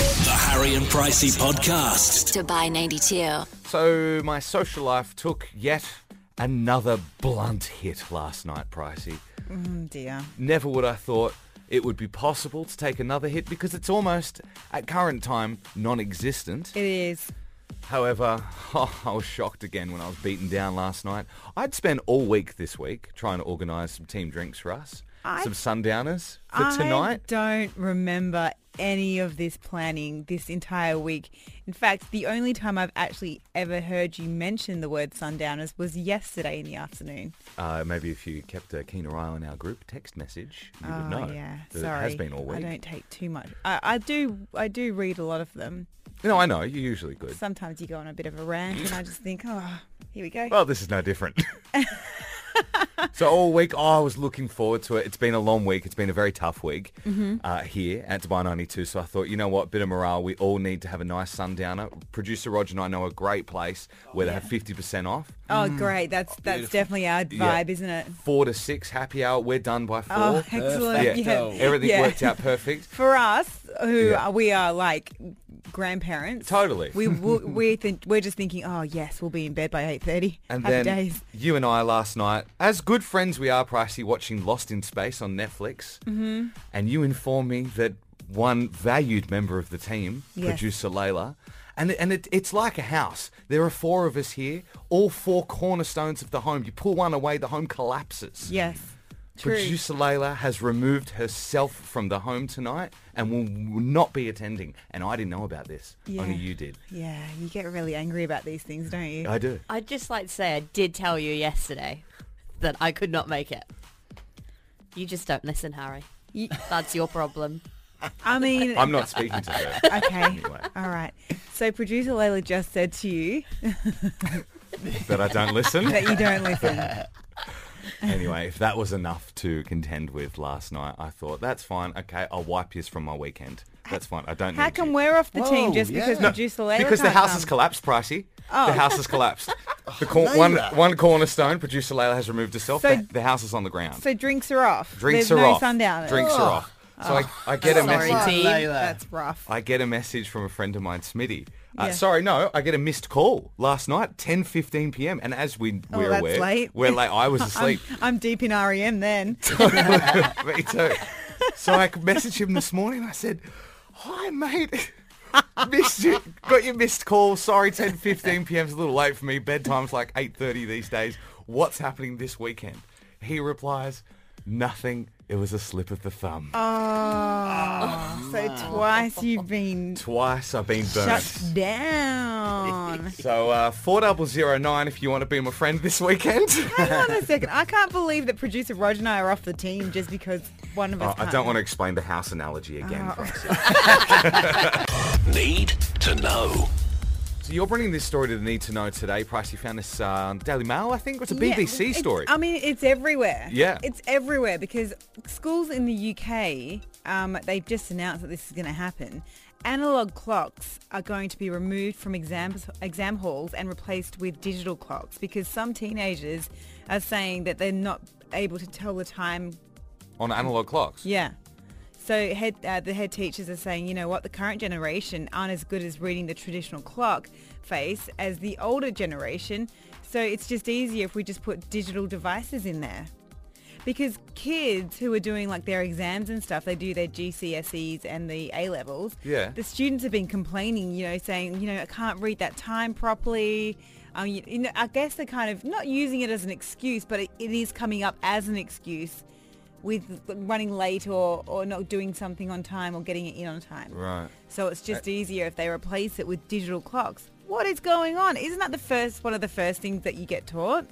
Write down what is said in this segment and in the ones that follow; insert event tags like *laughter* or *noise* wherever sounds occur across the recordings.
Murray and Pricey podcast. to buy 92. So my social life took yet another blunt hit last night, Pricey. Oh, dear. Never would I thought it would be possible to take another hit because it's almost, at current time, non-existent. It is. However, *laughs* I was shocked again when I was beaten down last night. I'd spent all week this week trying to organise some team drinks for us, I- some sundowners for I tonight. don't remember any of this planning this entire week. In fact, the only time I've actually ever heard you mention the word sundowners was yesterday in the afternoon. Uh, maybe if you kept a keener eye on our group text message, you would oh know yeah, that sorry. it has been all week. I don't take too much. I, I do. I do read a lot of them. No, I know, you're usually good. Sometimes you go on a bit of a rant, and I just think, oh, here we go. Well, this is no different. *laughs* so all week, oh, I was looking forward to it. It's been a long week. It's been a very tough week Mm-hmm. uh, here at Dubai 92. So I thought, you know what, bit of morale. We all need to have a nice sundowner. Producer Roger and I know a great place where they have 50% off. oh, great. That's that's definitely our vibe, isn't it? Four to six, happy hour. We're done by four. Oh, excellent. Yeah, Yeah. everything Yeah. worked out perfect. for us who Yeah. are, we are like grandparents Totally. *laughs* we w- we think we're just thinking oh yes we'll be in bed by 8.30 And happy then days you and I last night, as good friends we are, Pricey, watching Lost in Space on Netflix, mm-hmm. and you informed me that one valued member of the team, Yes. producer Layla, and it, and it, it's like a house. There are four of us here, all four cornerstones of the home. You pull one away, the home collapses. yes true Producer Layla has removed herself from the home tonight and will not be attending. And I didn't know about this. Yeah. Only you did. yeah you get really angry about these things don't you I do. I'd just like to say I did tell you yesterday that I could not make it. You just don't listen, Harry. You- That's your problem. i mean I'm not speaking to her. *laughs* okay Anyway. all right so producer layla just said to you That I don't *laughs* listen. that you *laughs* don't listen Anyway, if that was enough to contend with last night, I thought that's fine. Okay, I'll wipe you from my weekend. That's fine. I don't. how need come you. we're um, off the team Whoa, just because yeah. No, producer layla Because the can't house come? has collapsed, Pricey. Oh. The house has *laughs* collapsed. The cor- Layla. one one cornerstone, producer Layla has removed herself. So- the, the house is on the ground. so drinks are off Drinks There's are no off. sundowners Drinks are off. So I, I get a Sorry, message. team. that's rough I get a message from a friend of mine, Smitty. Uh, Yeah. Sorry, no, I get a missed call last night, 10.15 p.m. And as we, Oh, we're that's aware, late. we're late. I *laughs* was I'm, asleep. I'm deep in REM then. *laughs* Me too. So I messaged him this morning. I said, "Hi, mate. *laughs* Missed you. Got your missed call. Sorry, 10, 15 p.m. is a little late for me. Bedtime's like 8.30 these days. What's happening this weekend? He replies, nothing. It was a slip of the thumb. Oh, so twice you've been Twice I've been burnt. shut down. So uh, 4009 if you want to be my friend this weekend. *laughs* Hang on a second. I can't believe that producer Roger and I are off the team just because one of us. Oh, I don't want to explain the house analogy again. Francis. Need to know. So you're bringing this story to the need to know today, Price. You found this uh, on Daily Mail, I think. It's a BBC story. I mean, it's everywhere. Yeah. It's everywhere because schools in the UK, um, they've just announced that this is going to happen. Analog clocks are going to be removed from exams, exam halls and replaced with digital clocks because some teenagers are saying that they're not able to tell the time on analog clocks. Yeah. So head, uh, the head teachers are saying, you know what, the current generation aren't as good as reading the traditional clock face as the older generation. So it's just easier if we just put digital devices in there. Because kids who are doing like their exams and stuff, they do their GCSEs and the A levels. Yeah. The students have been complaining, you know, saying, you know, I can't read that time properly. Um, you, you know, I guess they're kind of not using it as an excuse, but it, it is coming up as an excuse with running late or, or not doing something on time or getting it in on time. Right. Uh, So it's just easier if they replace it with digital clocks. What is going on? Isn't that the first one of the first things that you *laughs* get taught?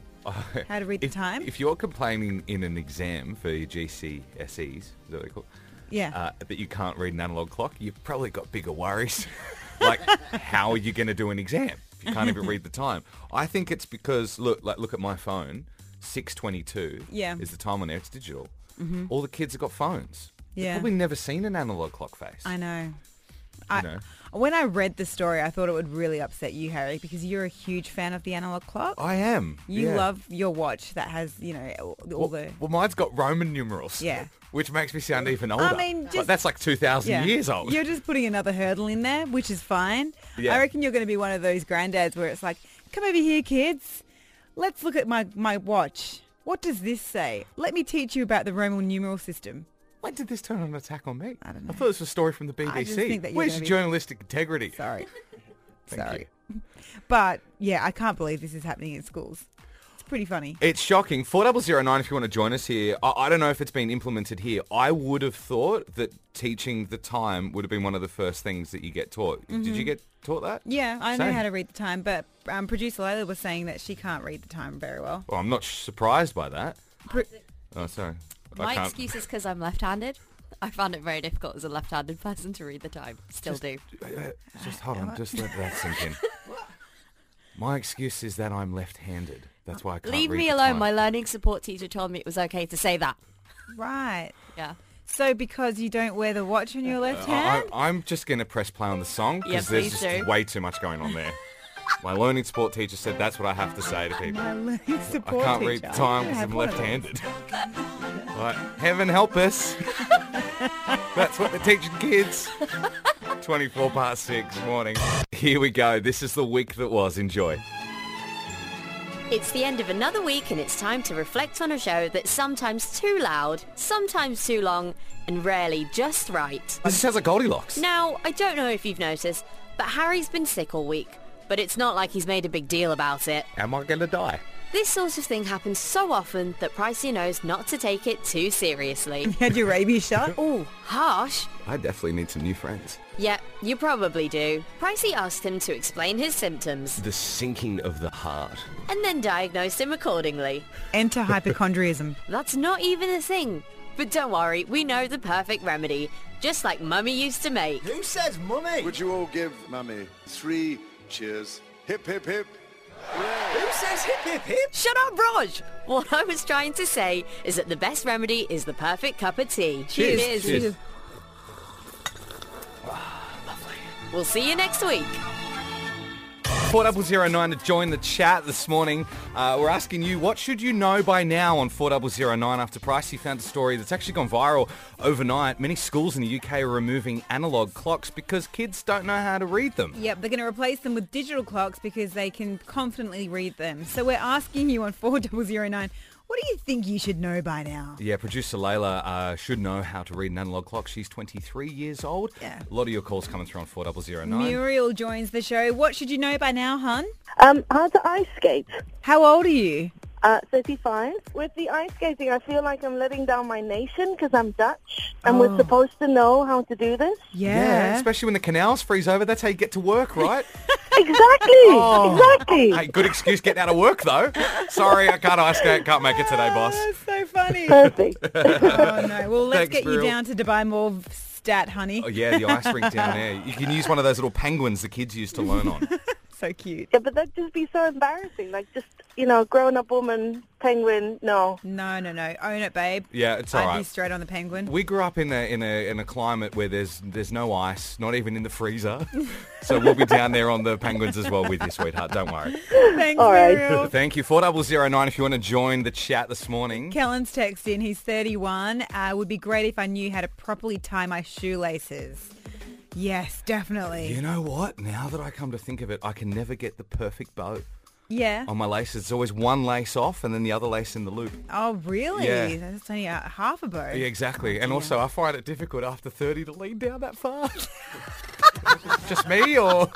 How to read If, the time? if you're complaining in an exam for your GCSEs, is that what they call it? Yeah. Uh, that you can't read an analog clock, you've probably got bigger worries. *laughs* like, how are you going to do an exam if you can't even read the time? I think it's because look, like, look at my phone. Six twenty-two. Yeah. Mm-hmm. Is the time on there? It's digital. All the kids have got phones. They've Yeah. probably never seen an analog clock face. I know. I, No. when I read the story, I thought it would really upset you, Harry, because you're a huge fan of the analog clock. I am. you yeah. love your watch that has, you know, all all Well, the. well, mine's got Roman numerals. Yeah. Which makes me sound even older. mean, But just- that's like 2,000 Yeah. years old. You're just putting another hurdle in there, which is fine. Yeah. I reckon you're going to be one of those granddads where it's like, come over here, kids. Let's look at my, my watch. What does this say? Let me teach you about the Roman numeral system. When did this turn on an attack on me? I don't I thought this was a story from the BBC. just think that you're Where's gonna your be- journalistic integrity? *laughs* Sorry. Thank Sorry. you. But yeah, I can't believe this is happening in schools. It's pretty funny. It's shocking. 4009 if you want to join us here. I, I don't know if it's been implemented here. I would have thought that teaching the time would have been one of the first things that you get taught. Did you get taught that? Mm-hmm. Yeah, I know Same. how to read the time, but um, producer Layla was saying that she can't read the time very well. Well, I'm not sh- surprised by that. Pro- Oh, sorry. I My can't. excuse is because I'm left-handed. I found it very difficult as a left-handed person to read the time. Still do. uh, Just hold on. Just let that *laughs* sink in. My excuse is that I'm left-handed. That's why I can't Leave read me the alone. time. My learning support teacher told me it was okay to say that. right. Yeah. So because you don't wear the watch on your left Uh, I, hand? I, I'm just going to press play on the song Yeah, because please there's just do. way too much going on there. My learning support teacher said that's what I have to say to people. My *laughs* learning I support can't read teacher. the time because have I'm one of *laughs* left-handed. Right, heaven help us. That's what they're teaching kids. 24 past 6 morning. Here we go. This is the week that was. Enjoy. It's the end of another week and it's time to reflect on a show that's sometimes too loud, sometimes too long, and rarely just right. This sounds like Goldilocks. Now, I don't know if you've noticed, but Harry's been sick all week, but it's not like he's made a big deal about it. Am I going to die? This sort of thing happens so often that Pricey knows not to take it *laughs* too seriously. Had your rabies *laughs* shot? Ooh, harsh. I definitely need some new friends. Yep, you probably do. Pricey asked him to explain his symptoms the sinking of the heart. and then diagnosed him accordingly. Enter hypochondriasm. That's not even a thing. But don't worry, we know the perfect remedy, just like Mummy used to make. Who says mummy? Would you all give Mummy three cheers? Hip, hip, hip. Who says hip hip hip? Shut up, Raj! What I was trying to say is that the best remedy is the perfect cup of tea. Cheers. Cheers. We'll see you next week. 4009 to join the chat this morning. Uh, we're asking you, what should you know by now on 4009 after Pricey found a story that's actually gone viral overnight? Many schools in the UK are removing analog clocks because kids don't know how to read them. *laughs* Yep, they're going to replace them with digital clocks because they can confidently read them. So we're asking you on 4009, what do you think you should know by now? Yeah, producer Layla uh, should know how to read an analog clock. She's 23 years old. Yeah. A lot of your calls coming through on 4009. Muriel joins the show. What should you know by now, hun? Um, how to ice skate. How old are you? Uh, 35. With the ice skating, I feel like I'm letting down my nation because I'm Dutch and we're supposed to know how to do this. especially when the canals freeze over. That's how you get to work, right? Exactly. Oh. Exactly. hey, good excuse getting out of work, though. Sorry, I can't ice skate. Can't make it today, *laughs* boss. Oh, That's so *laughs* funny. Perfect. oh, no. Well, let's Thanks, get you Muriel. down to Dubai Mall stat, honey. Oh yeah, the ice rink down there. You can use one of those little penguins the kids used to learn on. So cute. yeah, but that'd just be so embarrassing. Like, just, you know, grown-up woman, penguin, no. No, no, no. Own it, babe. Yeah, it's I'd all be right. straight on the penguin. We grew up in a in a in a climate where there's there's no ice, not even in the freezer. So we'll be down there on the penguins as well with you, sweetheart. Don't worry. *laughs* Thanks, All right. Muriel. Thank you. Four double zero nine. If you want to join the chat this morning. Kellen's text in. He's 31. Uh, would be great if I knew how to properly tie my shoelaces. Yes, definitely. You know what? Now that I come to think of it, I can never get the perfect bow yeah. on my laces. It's always one lace off and then the other lace in the loop. Oh, really? Yeah. That's only a half a bow. Yeah, exactly. And also, I find it difficult after 30 to lean down that *laughs* far. Just me *laughs* or...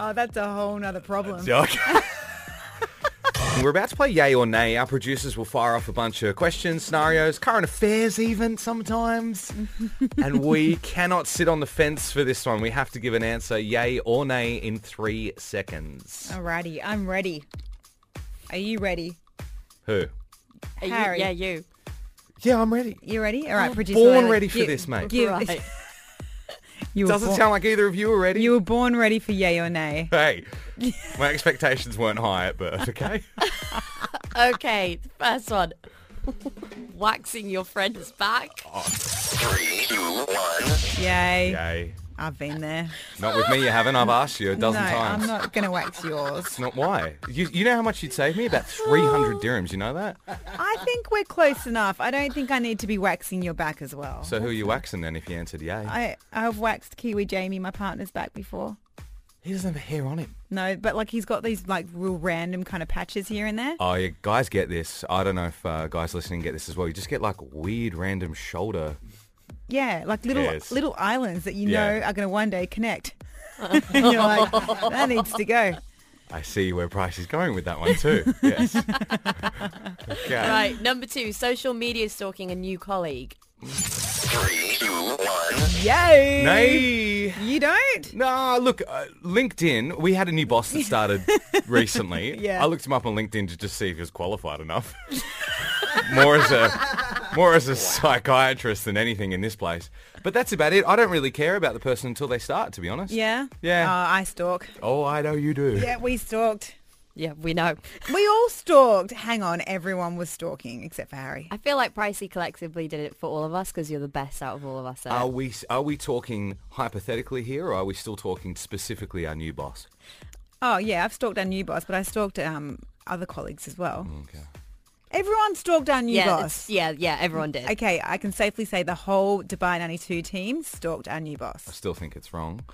Oh, that's a whole nother problem. We're about to play Yay or Nay. Our producers will fire off a bunch of questions, scenarios, current affairs even *laughs* sometimes. and we cannot sit on the fence for this one. We have to give an answer, Yay or Nay, in three seconds. Alrighty, I'm ready. Are you ready? Who? Are you- Harry. yeah, you. Yeah, I'm ready. You ready? All right, producer. Born Layla, ready for you- this, mate. you- Right. *laughs* you were Doesn't born- sound like either of you are ready. You were born ready for yay or nay. *laughs* Hey, my expectations weren't high at birth, okay? Okay, the first one. Waxing your friend's back. Yay. *laughs* Yay. I've been there. Not with me, you haven't. I've asked you a dozen no, times. I'm not going to wax yours. It's not why. You, you know how much you'd save me? *sighs* About 300 dirhams, you know that? I think we're close enough. I don't think I need to be waxing your back as well. So who are you waxing then if you answered yay? I, I've waxed Kiwi Jamie, my partner's back before. he doesn't have a hair on him. No, but like he's got these like real random kind of patches here and there. Oh, yeah, guys get this. I don't know if uh, guys listening get this as well. You just get like weird random shoulder. Yeah, like little Yes. little islands that you Yeah. know are going to one day connect. *laughs* And you're like, that needs to go. I see where Price is going with that one too. *laughs* yes. okay. Right, number two, social media stalking a new colleague. Yay! Nay. You don't? Nah, look, uh, LinkedIn, we had a new boss that *laughs* started recently. Yeah. I looked him up on LinkedIn to just see if he was qualified enough. *laughs* more as a more as a psychiatrist than anything in this place. But that's about it. I don't really care about the person until they start, to be honest. Yeah. Yeah. Oh, I stalk. Oh, I know you do. Yeah, we stalked. Yeah, we know. We all stalked. Hang on, everyone was stalking except for Harry. I feel like Pricey collectively did it for all of us because you're the best out of all of us. Ed. Are we are we talking hypothetically here, or are we still talking specifically our new boss? Oh yeah, I've stalked our new boss, but I stalked um, other colleagues as well. Mm, Everyone stalked our new yeah, it's- boss. yeah, yeah, everyone did. Okay, I can safely say the whole Dubai 92 team stalked our new boss. Still think it's wrong.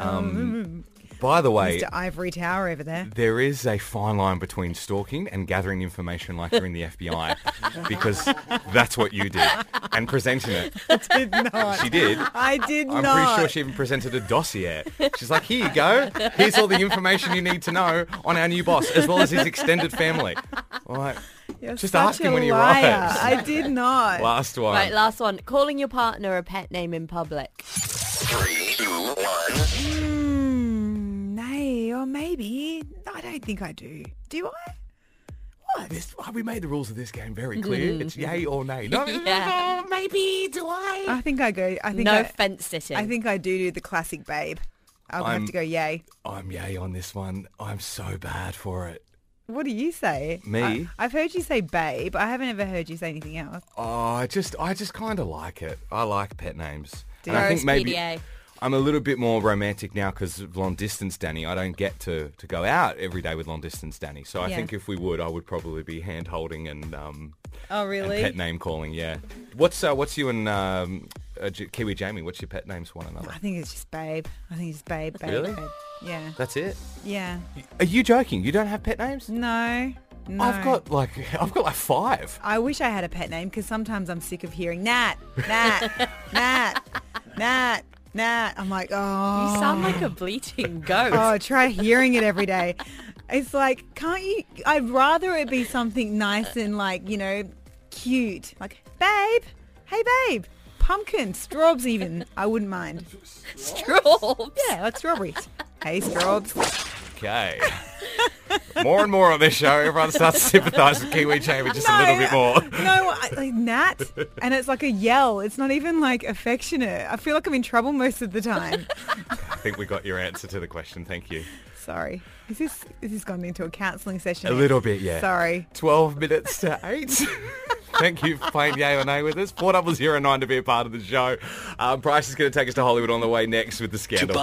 Um, by the way, mm, Mr. Ivory Tower *laughs* over there. There is a fine line between stalking and gathering information like you're in the FBI, because that's what you did and presenting it. did not. She did. I did I'm not. pretty sure she even presented a dossier. She's like, here you go. Here's all the information you need to know on our new boss, as well as his extended family. All right. You're Just such ask him a when he liar. arrives. I did not. Last one. Right, last one. Calling your partner a pet name in public. Hmm, nay, or maybe. I don't think I do. Do I? What? This- uh, we made the rules of this game very clear. It's yay or nay. No, Mm-hmm. *laughs* Yeah. oh, maybe do I? I think I go. I think No I, fence sitting. I think I do do the classic babe. I'll I'm- have to go yay. I'm yay on this one. I'm so bad for it. What do you say? Me? I, have heard you say babe. I haven't ever heard you say anything else. Oh, I just I just kind of like it. I like pet names. And I Whereas think maybe PDA. I'm a little bit more romantic now because of long distance Danny. I don't get to, to go out every day with long distance Danny. So I Yeah. think if we would, I would probably be hand holding and, um, Oh, and really? pet name calling. Yeah. What's uh, what's you and um, uh, J- Kiwi Jamie? What's your pet names for one another? I think it's just babe. I think it's just babe, babe, Really? babe. Yeah, That's it. yeah. Are you joking? You don't have pet names? No, no. I've got like *laughs* I've got like five. I wish I had a pet name because sometimes I'm sick of hearing Nat, Nat, Nat, Nat, Nat. I'm like, oh. you sound like a *laughs* bleating goat. Oh, try hearing it every day. It's like, can't you? I'd rather it be something nice and like, you know, cute. Like, babe, hey, babe, pumpkin, straws even. I wouldn't mind. *laughs* Straw. Yeah, like strawberries. Hey, straws. Okay. *laughs* more and more on this show, everyone starts to sympathise with Kiwi Jamie just a little bit more. No, I, like Nat, and it's like a yell. It's not even like affectionate. I feel like I'm in trouble most of the time. I think we got your answer to the question. Thank you. Sorry. Is this is this gone into a counselling session? A little bit, yeah. Sorry. 12 minutes to 8. *laughs* Thank you for playing Yay or Nay with us. 4009 to be a part of the show. Um, Price is going to take us to Hollywood on the way next with the scandal.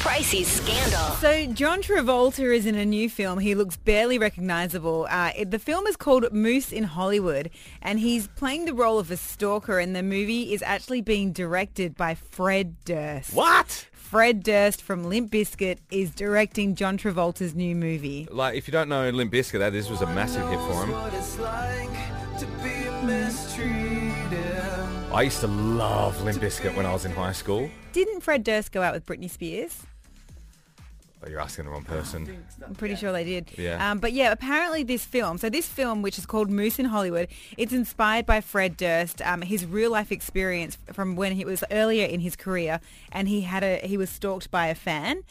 Pricey's Scandal. So John Travolta is in a new film. He looks barely recognizable. Uh, it- the film is called Moose in Hollywood, and he's playing the role of a stalker. And the movie is actually being directed by Fred Durst. What? Fred Durst from Limp Bizkit is directing John Travolta's new movie. Like, if you don't know Limp Bizkit, that this was a massive hit for him. I used to love Limp Bizkit when I was in high school. Didn't Fred Durst go out with Britney Spears? Oh, you're asking the wrong person. I'm pretty sure they did. Yeah. Um, but yeah, apparently this film, so this film, which is called Moose in Hollywood, it's inspired by Fred Durst, um, his real life experience from when he was earlier in his career, and he had a he was stalked by a fan.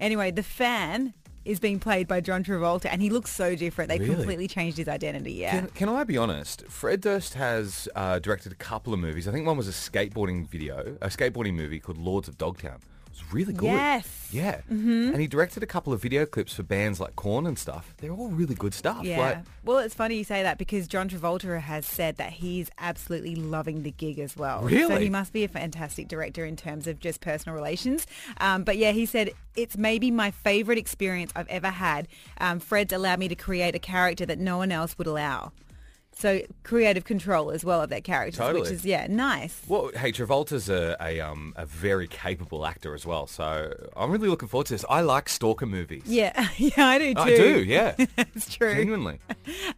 Anyway, the fan is being played by John Travolta, and he looks so different. They Really? completely changed his identity. Yeah. Can, can I be honest? Fred Durst has uh, directed a couple of movies. I think one was a skateboarding video, a skateboarding movie called Lords of Dogtown. It's really good. Yes. Mm-hmm. Yeah. And he directed a couple of video clips for bands like Korn and stuff. They're all really good stuff. Yeah. Like, well, it's funny you say that because John Travolta has said that he's absolutely loving the gig as well. So Really? he must be a fantastic director in terms of just personal relations. Um, but yeah, he said it's maybe my favorite experience I've ever had. Um, Fred's allowed me to create a character that no one else would allow. So creative control as well of that character, which Totally. is yeah, nice. well, hey, Travolta's a, a, um, a very capable actor as well. So I'm really looking forward to this. I like stalker movies. Yeah, *laughs* yeah, I do too. I do, *laughs* yeah. It's true. Genuinely.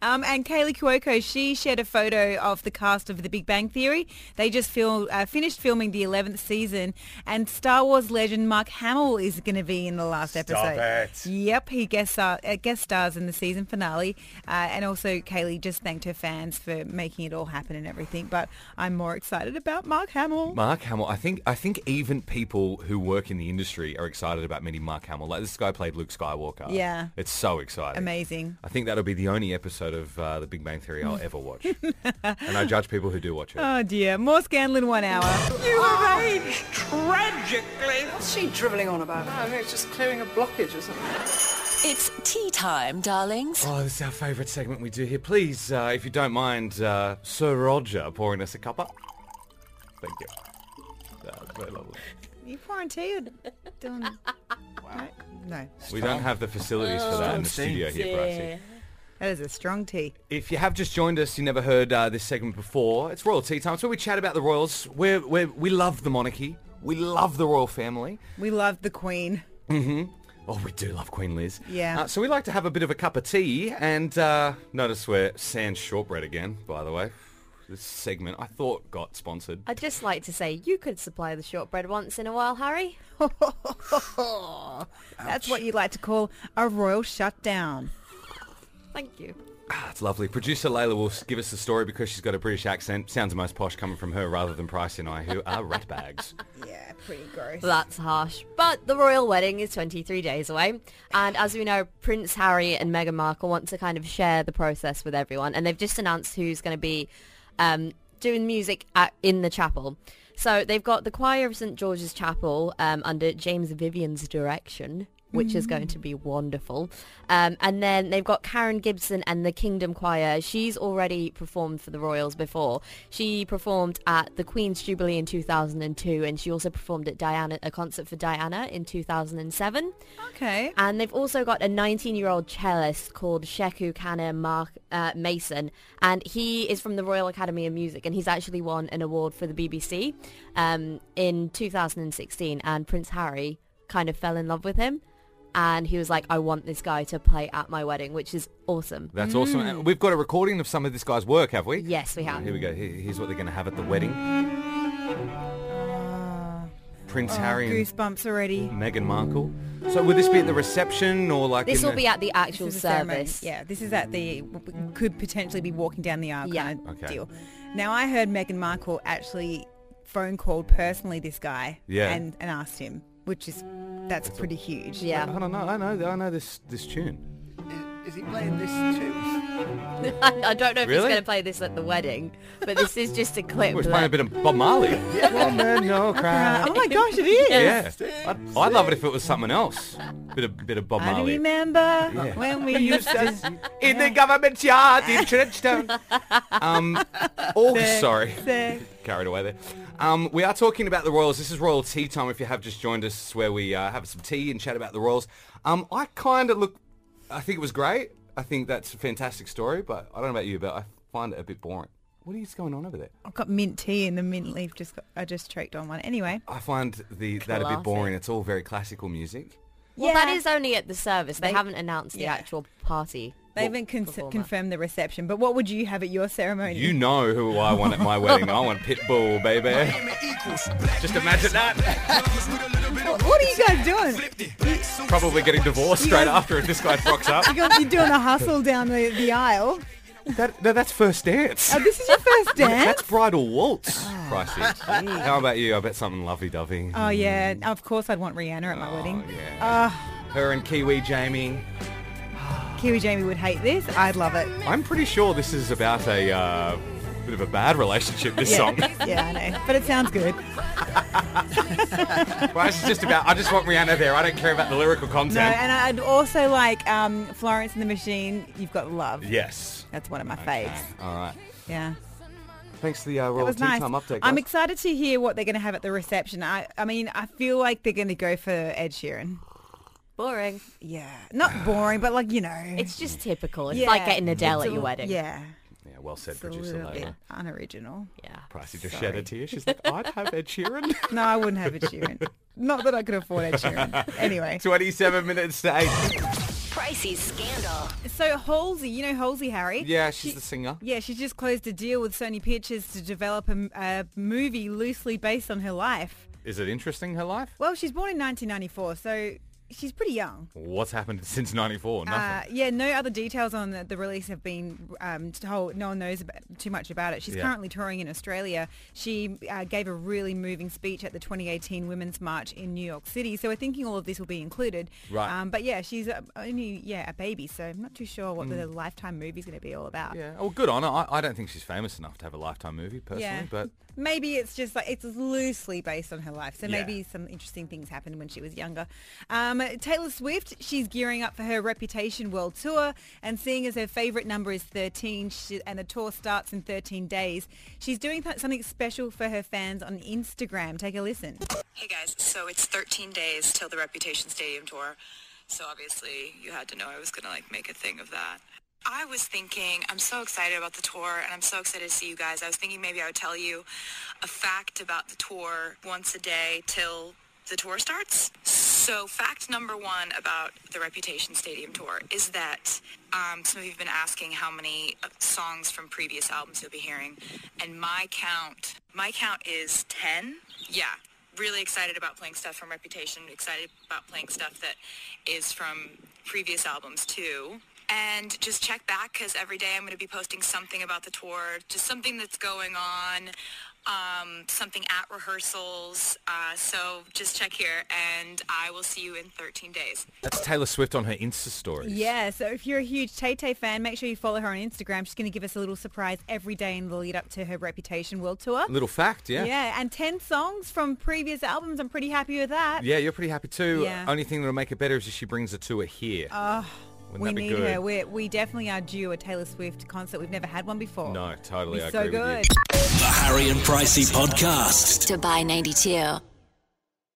Um, and Kaylee Cuoco, she shared a photo of the cast of The Big Bang Theory. They just fil- uh, finished filming the 11th season, and Star Wars legend Mark Hamill is going to be in the last episode. it. Yep, he guest, star- uh, guest stars in the season finale. Uh, and also, Kaylee just thanked her fans for making it all happen and everything. But I'm more excited about Mark Hamill. Mark Hamill, I think I think even people who work in the industry are excited about meeting Mark Hamill. Like this guy played Luke Skywalker. Yeah. It's so exciting. Amazing. I think that'll be the only episode of uh, The Big Bang Theory I'll ever watch. *laughs* and I judge people who do watch it. Oh dear, more Scanlon one hour. What's she drivelling on about? I think it's just clearing a blockage or something. It's tea time, darlings. Oh, this is our favourite segment we do here. Please, uh, if you don't mind, uh, Sir Roger pouring us a cuppa. Thank you. That's very lovely. you quarantined. Done. *laughs* No, no. We don't have the facilities for that in the Strong studio here, Brycey. that is a strong tea. If you have just joined us, you never heard uh, this segment before. It's Royal Tea Time. It's where we chat about the royals. We're, we're, we love the monarchy. We love the royal family. We love the Queen. Oh, we do love Queen Liz. Yeah. Uh, so we like to have a bit of a cup of tea. And uh, notice we're sans shortbread again, by the way. This segment I thought got sponsored. I'd just like to say you could supply the shortbread once in a while, Harry. That's what you like to call a royal shutdown. Thank you. That's lovely. Producer Layla will s- give us the story because she's got a British accent. Sounds the most posh coming from her rather than Pricey and I, who are rat bags. Yeah, pretty gross. That's harsh. But the royal wedding is 23 days away. And as we know, Prince Harry and Meghan Markle want to kind of share the process with everyone. And they've just announced who's going to be um, doing music at, in the chapel. So they've got the choir of St. George's Chapel um, under James Vivian's direction. Which is going to be wonderful. Um, and then they've got Karen Gibson and the Kingdom Choir. She's already performed for the Royals before. She performed at the Queen's Jubilee in 2002 and she also performed at Diana a concert for Diana in 2007. Okay. And they've also got a 19-year-old cellist called Sheku Kana Mark uh, Mason, and he is from the Royal Academy of Music, and he's actually won an award for the BBC um, in 2016. And Prince Harry kind of fell in love with him, and he was like, "I want this guy to play at my wedding," which is awesome. That's awesome. And We've got a recording of some of this guy's work, have we? Yes, we have. Here we go. Here- Here's what they're going to have at the wedding. Prince Oh, Harry and Mm. Goosebumps already. Meghan Markle. So will this be at the reception or like? This in will the- be at the This actual is a ceremony. service. Yeah, this is at the w- could potentially be walking down the aisle Yeah. kind of Okay. deal. Now I heard Meghan Markle actually phone called personally this guy Yeah. and, and asked him, which is that's pretty huge. Yeah. *laughs* I don't know. I know. I know this this tune. Is, is he playing this too? I, I don't know if he's Really? going to play this at the wedding, but this is just a clip. We're that- playing a bit of Bob Marley. Woman, no cry. Oh my gosh, it is. Yeah. I'd, I'd love it if it was something else. Bit of bit of Bob I Marley. remember when *laughs* we used *laughs* to in the government yard in *laughs* Churchtown. um, oh, sorry. say *laughs* Carried away there. Um, we are talking about the Royals. This is Royal Tea Time. If you have just joined us, it's where we uh, have some tea and chat about the Royals. Um, I kind of look. I think it was great. I think that's a fantastic story, but I don't know about you, but I find it a bit boring. What is going on over there? I've got mint tea and the mint leaf just got, I just choked on one. Anyway. I find the that a bit Classic. boring. It's all very classical music. Well, that Yeah. is only at the service. They, They- haven't announced yeah. the actual party. They haven't con- performer. confirmed the reception, but what would you have at your ceremony? You know who I want at my wedding. I want Pitbull, baby. Just imagine that. what, what are you guys doing? Probably getting divorced straight after if this guy rocks up. You're, you're doing a hustle down the, the aisle. *laughs* That, no, that's first dance. Oh, this is your *laughs* first That's dance? bridal waltz, *laughs* pricey. How about you? I bet something lovey-dovey. Oh yeah, of course I'd want Rihanna at Oh, my wedding. yeah. Her and Kiwi Jamie. Kiwi Jamie would hate this. I'd love it. I'm pretty sure this is about a uh, Bit of a bad relationship, this yeah. *laughs* song. yeah, I know. But it sounds good. well, this is just about, I just want Rihanna there. I don't care about the lyrical content. No, and I'd also like um, Florence and the Machine, You've Got Love. yes. That's one of my Okay, faves. All right. Yeah. Thanks for the uh, That Royal was Tea nice. Time update, I'm guys. excited to hear what they're going to have at the reception. I, I mean, I feel like they're going to go for Ed *sighs* Sheeran. Boring. Yeah. Not boring, but like, you know. It's just typical. It's Yeah. like getting Adele It's at a- your wedding. Yeah. yeah, well said, It's a producer little bit Lola. unoriginal. Yeah. Pricey just shed a tear. *laughs* She's like, I'd have Ed Sheeran. *laughs* No, I wouldn't have Ed Sheeran. Not that I could afford Ed Sheeran. Anyway. 27 minutes to 8. Pricey Scandal. So Halsey, you know Halsey, Harry? Yeah, she's the singer. Yeah, she's just closed a deal with Sony Pictures to develop a, a movie loosely based on her life. Is it interesting, her life? Well, she's born in 1994, so she's pretty young. What's happened *laughs* since 94? Nothing. Uh, yeah, no other details on the, the release have been um, told. No one knows about, too much about it. She's Yeah. currently touring in Australia. She uh, gave a really moving speech at the 2018 Women's March in New York City. So we're thinking all of this will be included. Right. Um, but yeah, she's uh, only yeah a baby, so I'm not too sure what Mm. the lifetime movie's going to be all about. yeah. Oh, good on her. I, I don't think she's famous enough to have a lifetime movie, personally, Yeah. but Maybe it's just like it's loosely based on her life. So Yeah. maybe some interesting things happened when she was younger. Um, Taylor Swift, she's gearing up for her Reputation World Tour. And seeing as her favourite number is 13 she, and the tour starts in 13 days, she's doing th- something special for her fans on Instagram. Take a listen. Hey guys, so it's 13 days till the Reputation Stadium tour. So obviously you had to know I was going to like make a thing of that. I was thinking, I'm so excited about the tour and I'm so excited to see you guys. I was thinking maybe I would tell you a fact about the tour once a day till the tour starts. So fact number one about the Reputation Stadium tour is that um, some of you have been asking how many uh, songs from previous albums you'll be hearing. And my count, my count is 10. Yeah, really excited about playing stuff from Reputation, excited about playing stuff that is from previous albums too. And just check back because every day I'm going to be posting something about the tour, just something that's going on, um, something at rehearsals. Uh, so just check here and I will see you in 13 days. that's Taylor Swift on her Insta stories. Yeah, so if you're a huge Tay Tay fan, make sure you follow her on Instagram. She's going to give us a little surprise every day in the lead up to her Reputation World Tour. Little fact, yeah. Yeah, and 10 songs from previous albums. I'm pretty happy with that. Yeah, you're pretty happy too. Yeah. Only thing that'll make it better is if she brings a tour here. Oh, Wouldn't we that be need good? her. We're, we definitely are due a Taylor Swift concert. We've never had one before. No, totally. Be I so agree with you. good. The Harry and Pricey Podcast. Dubai 92.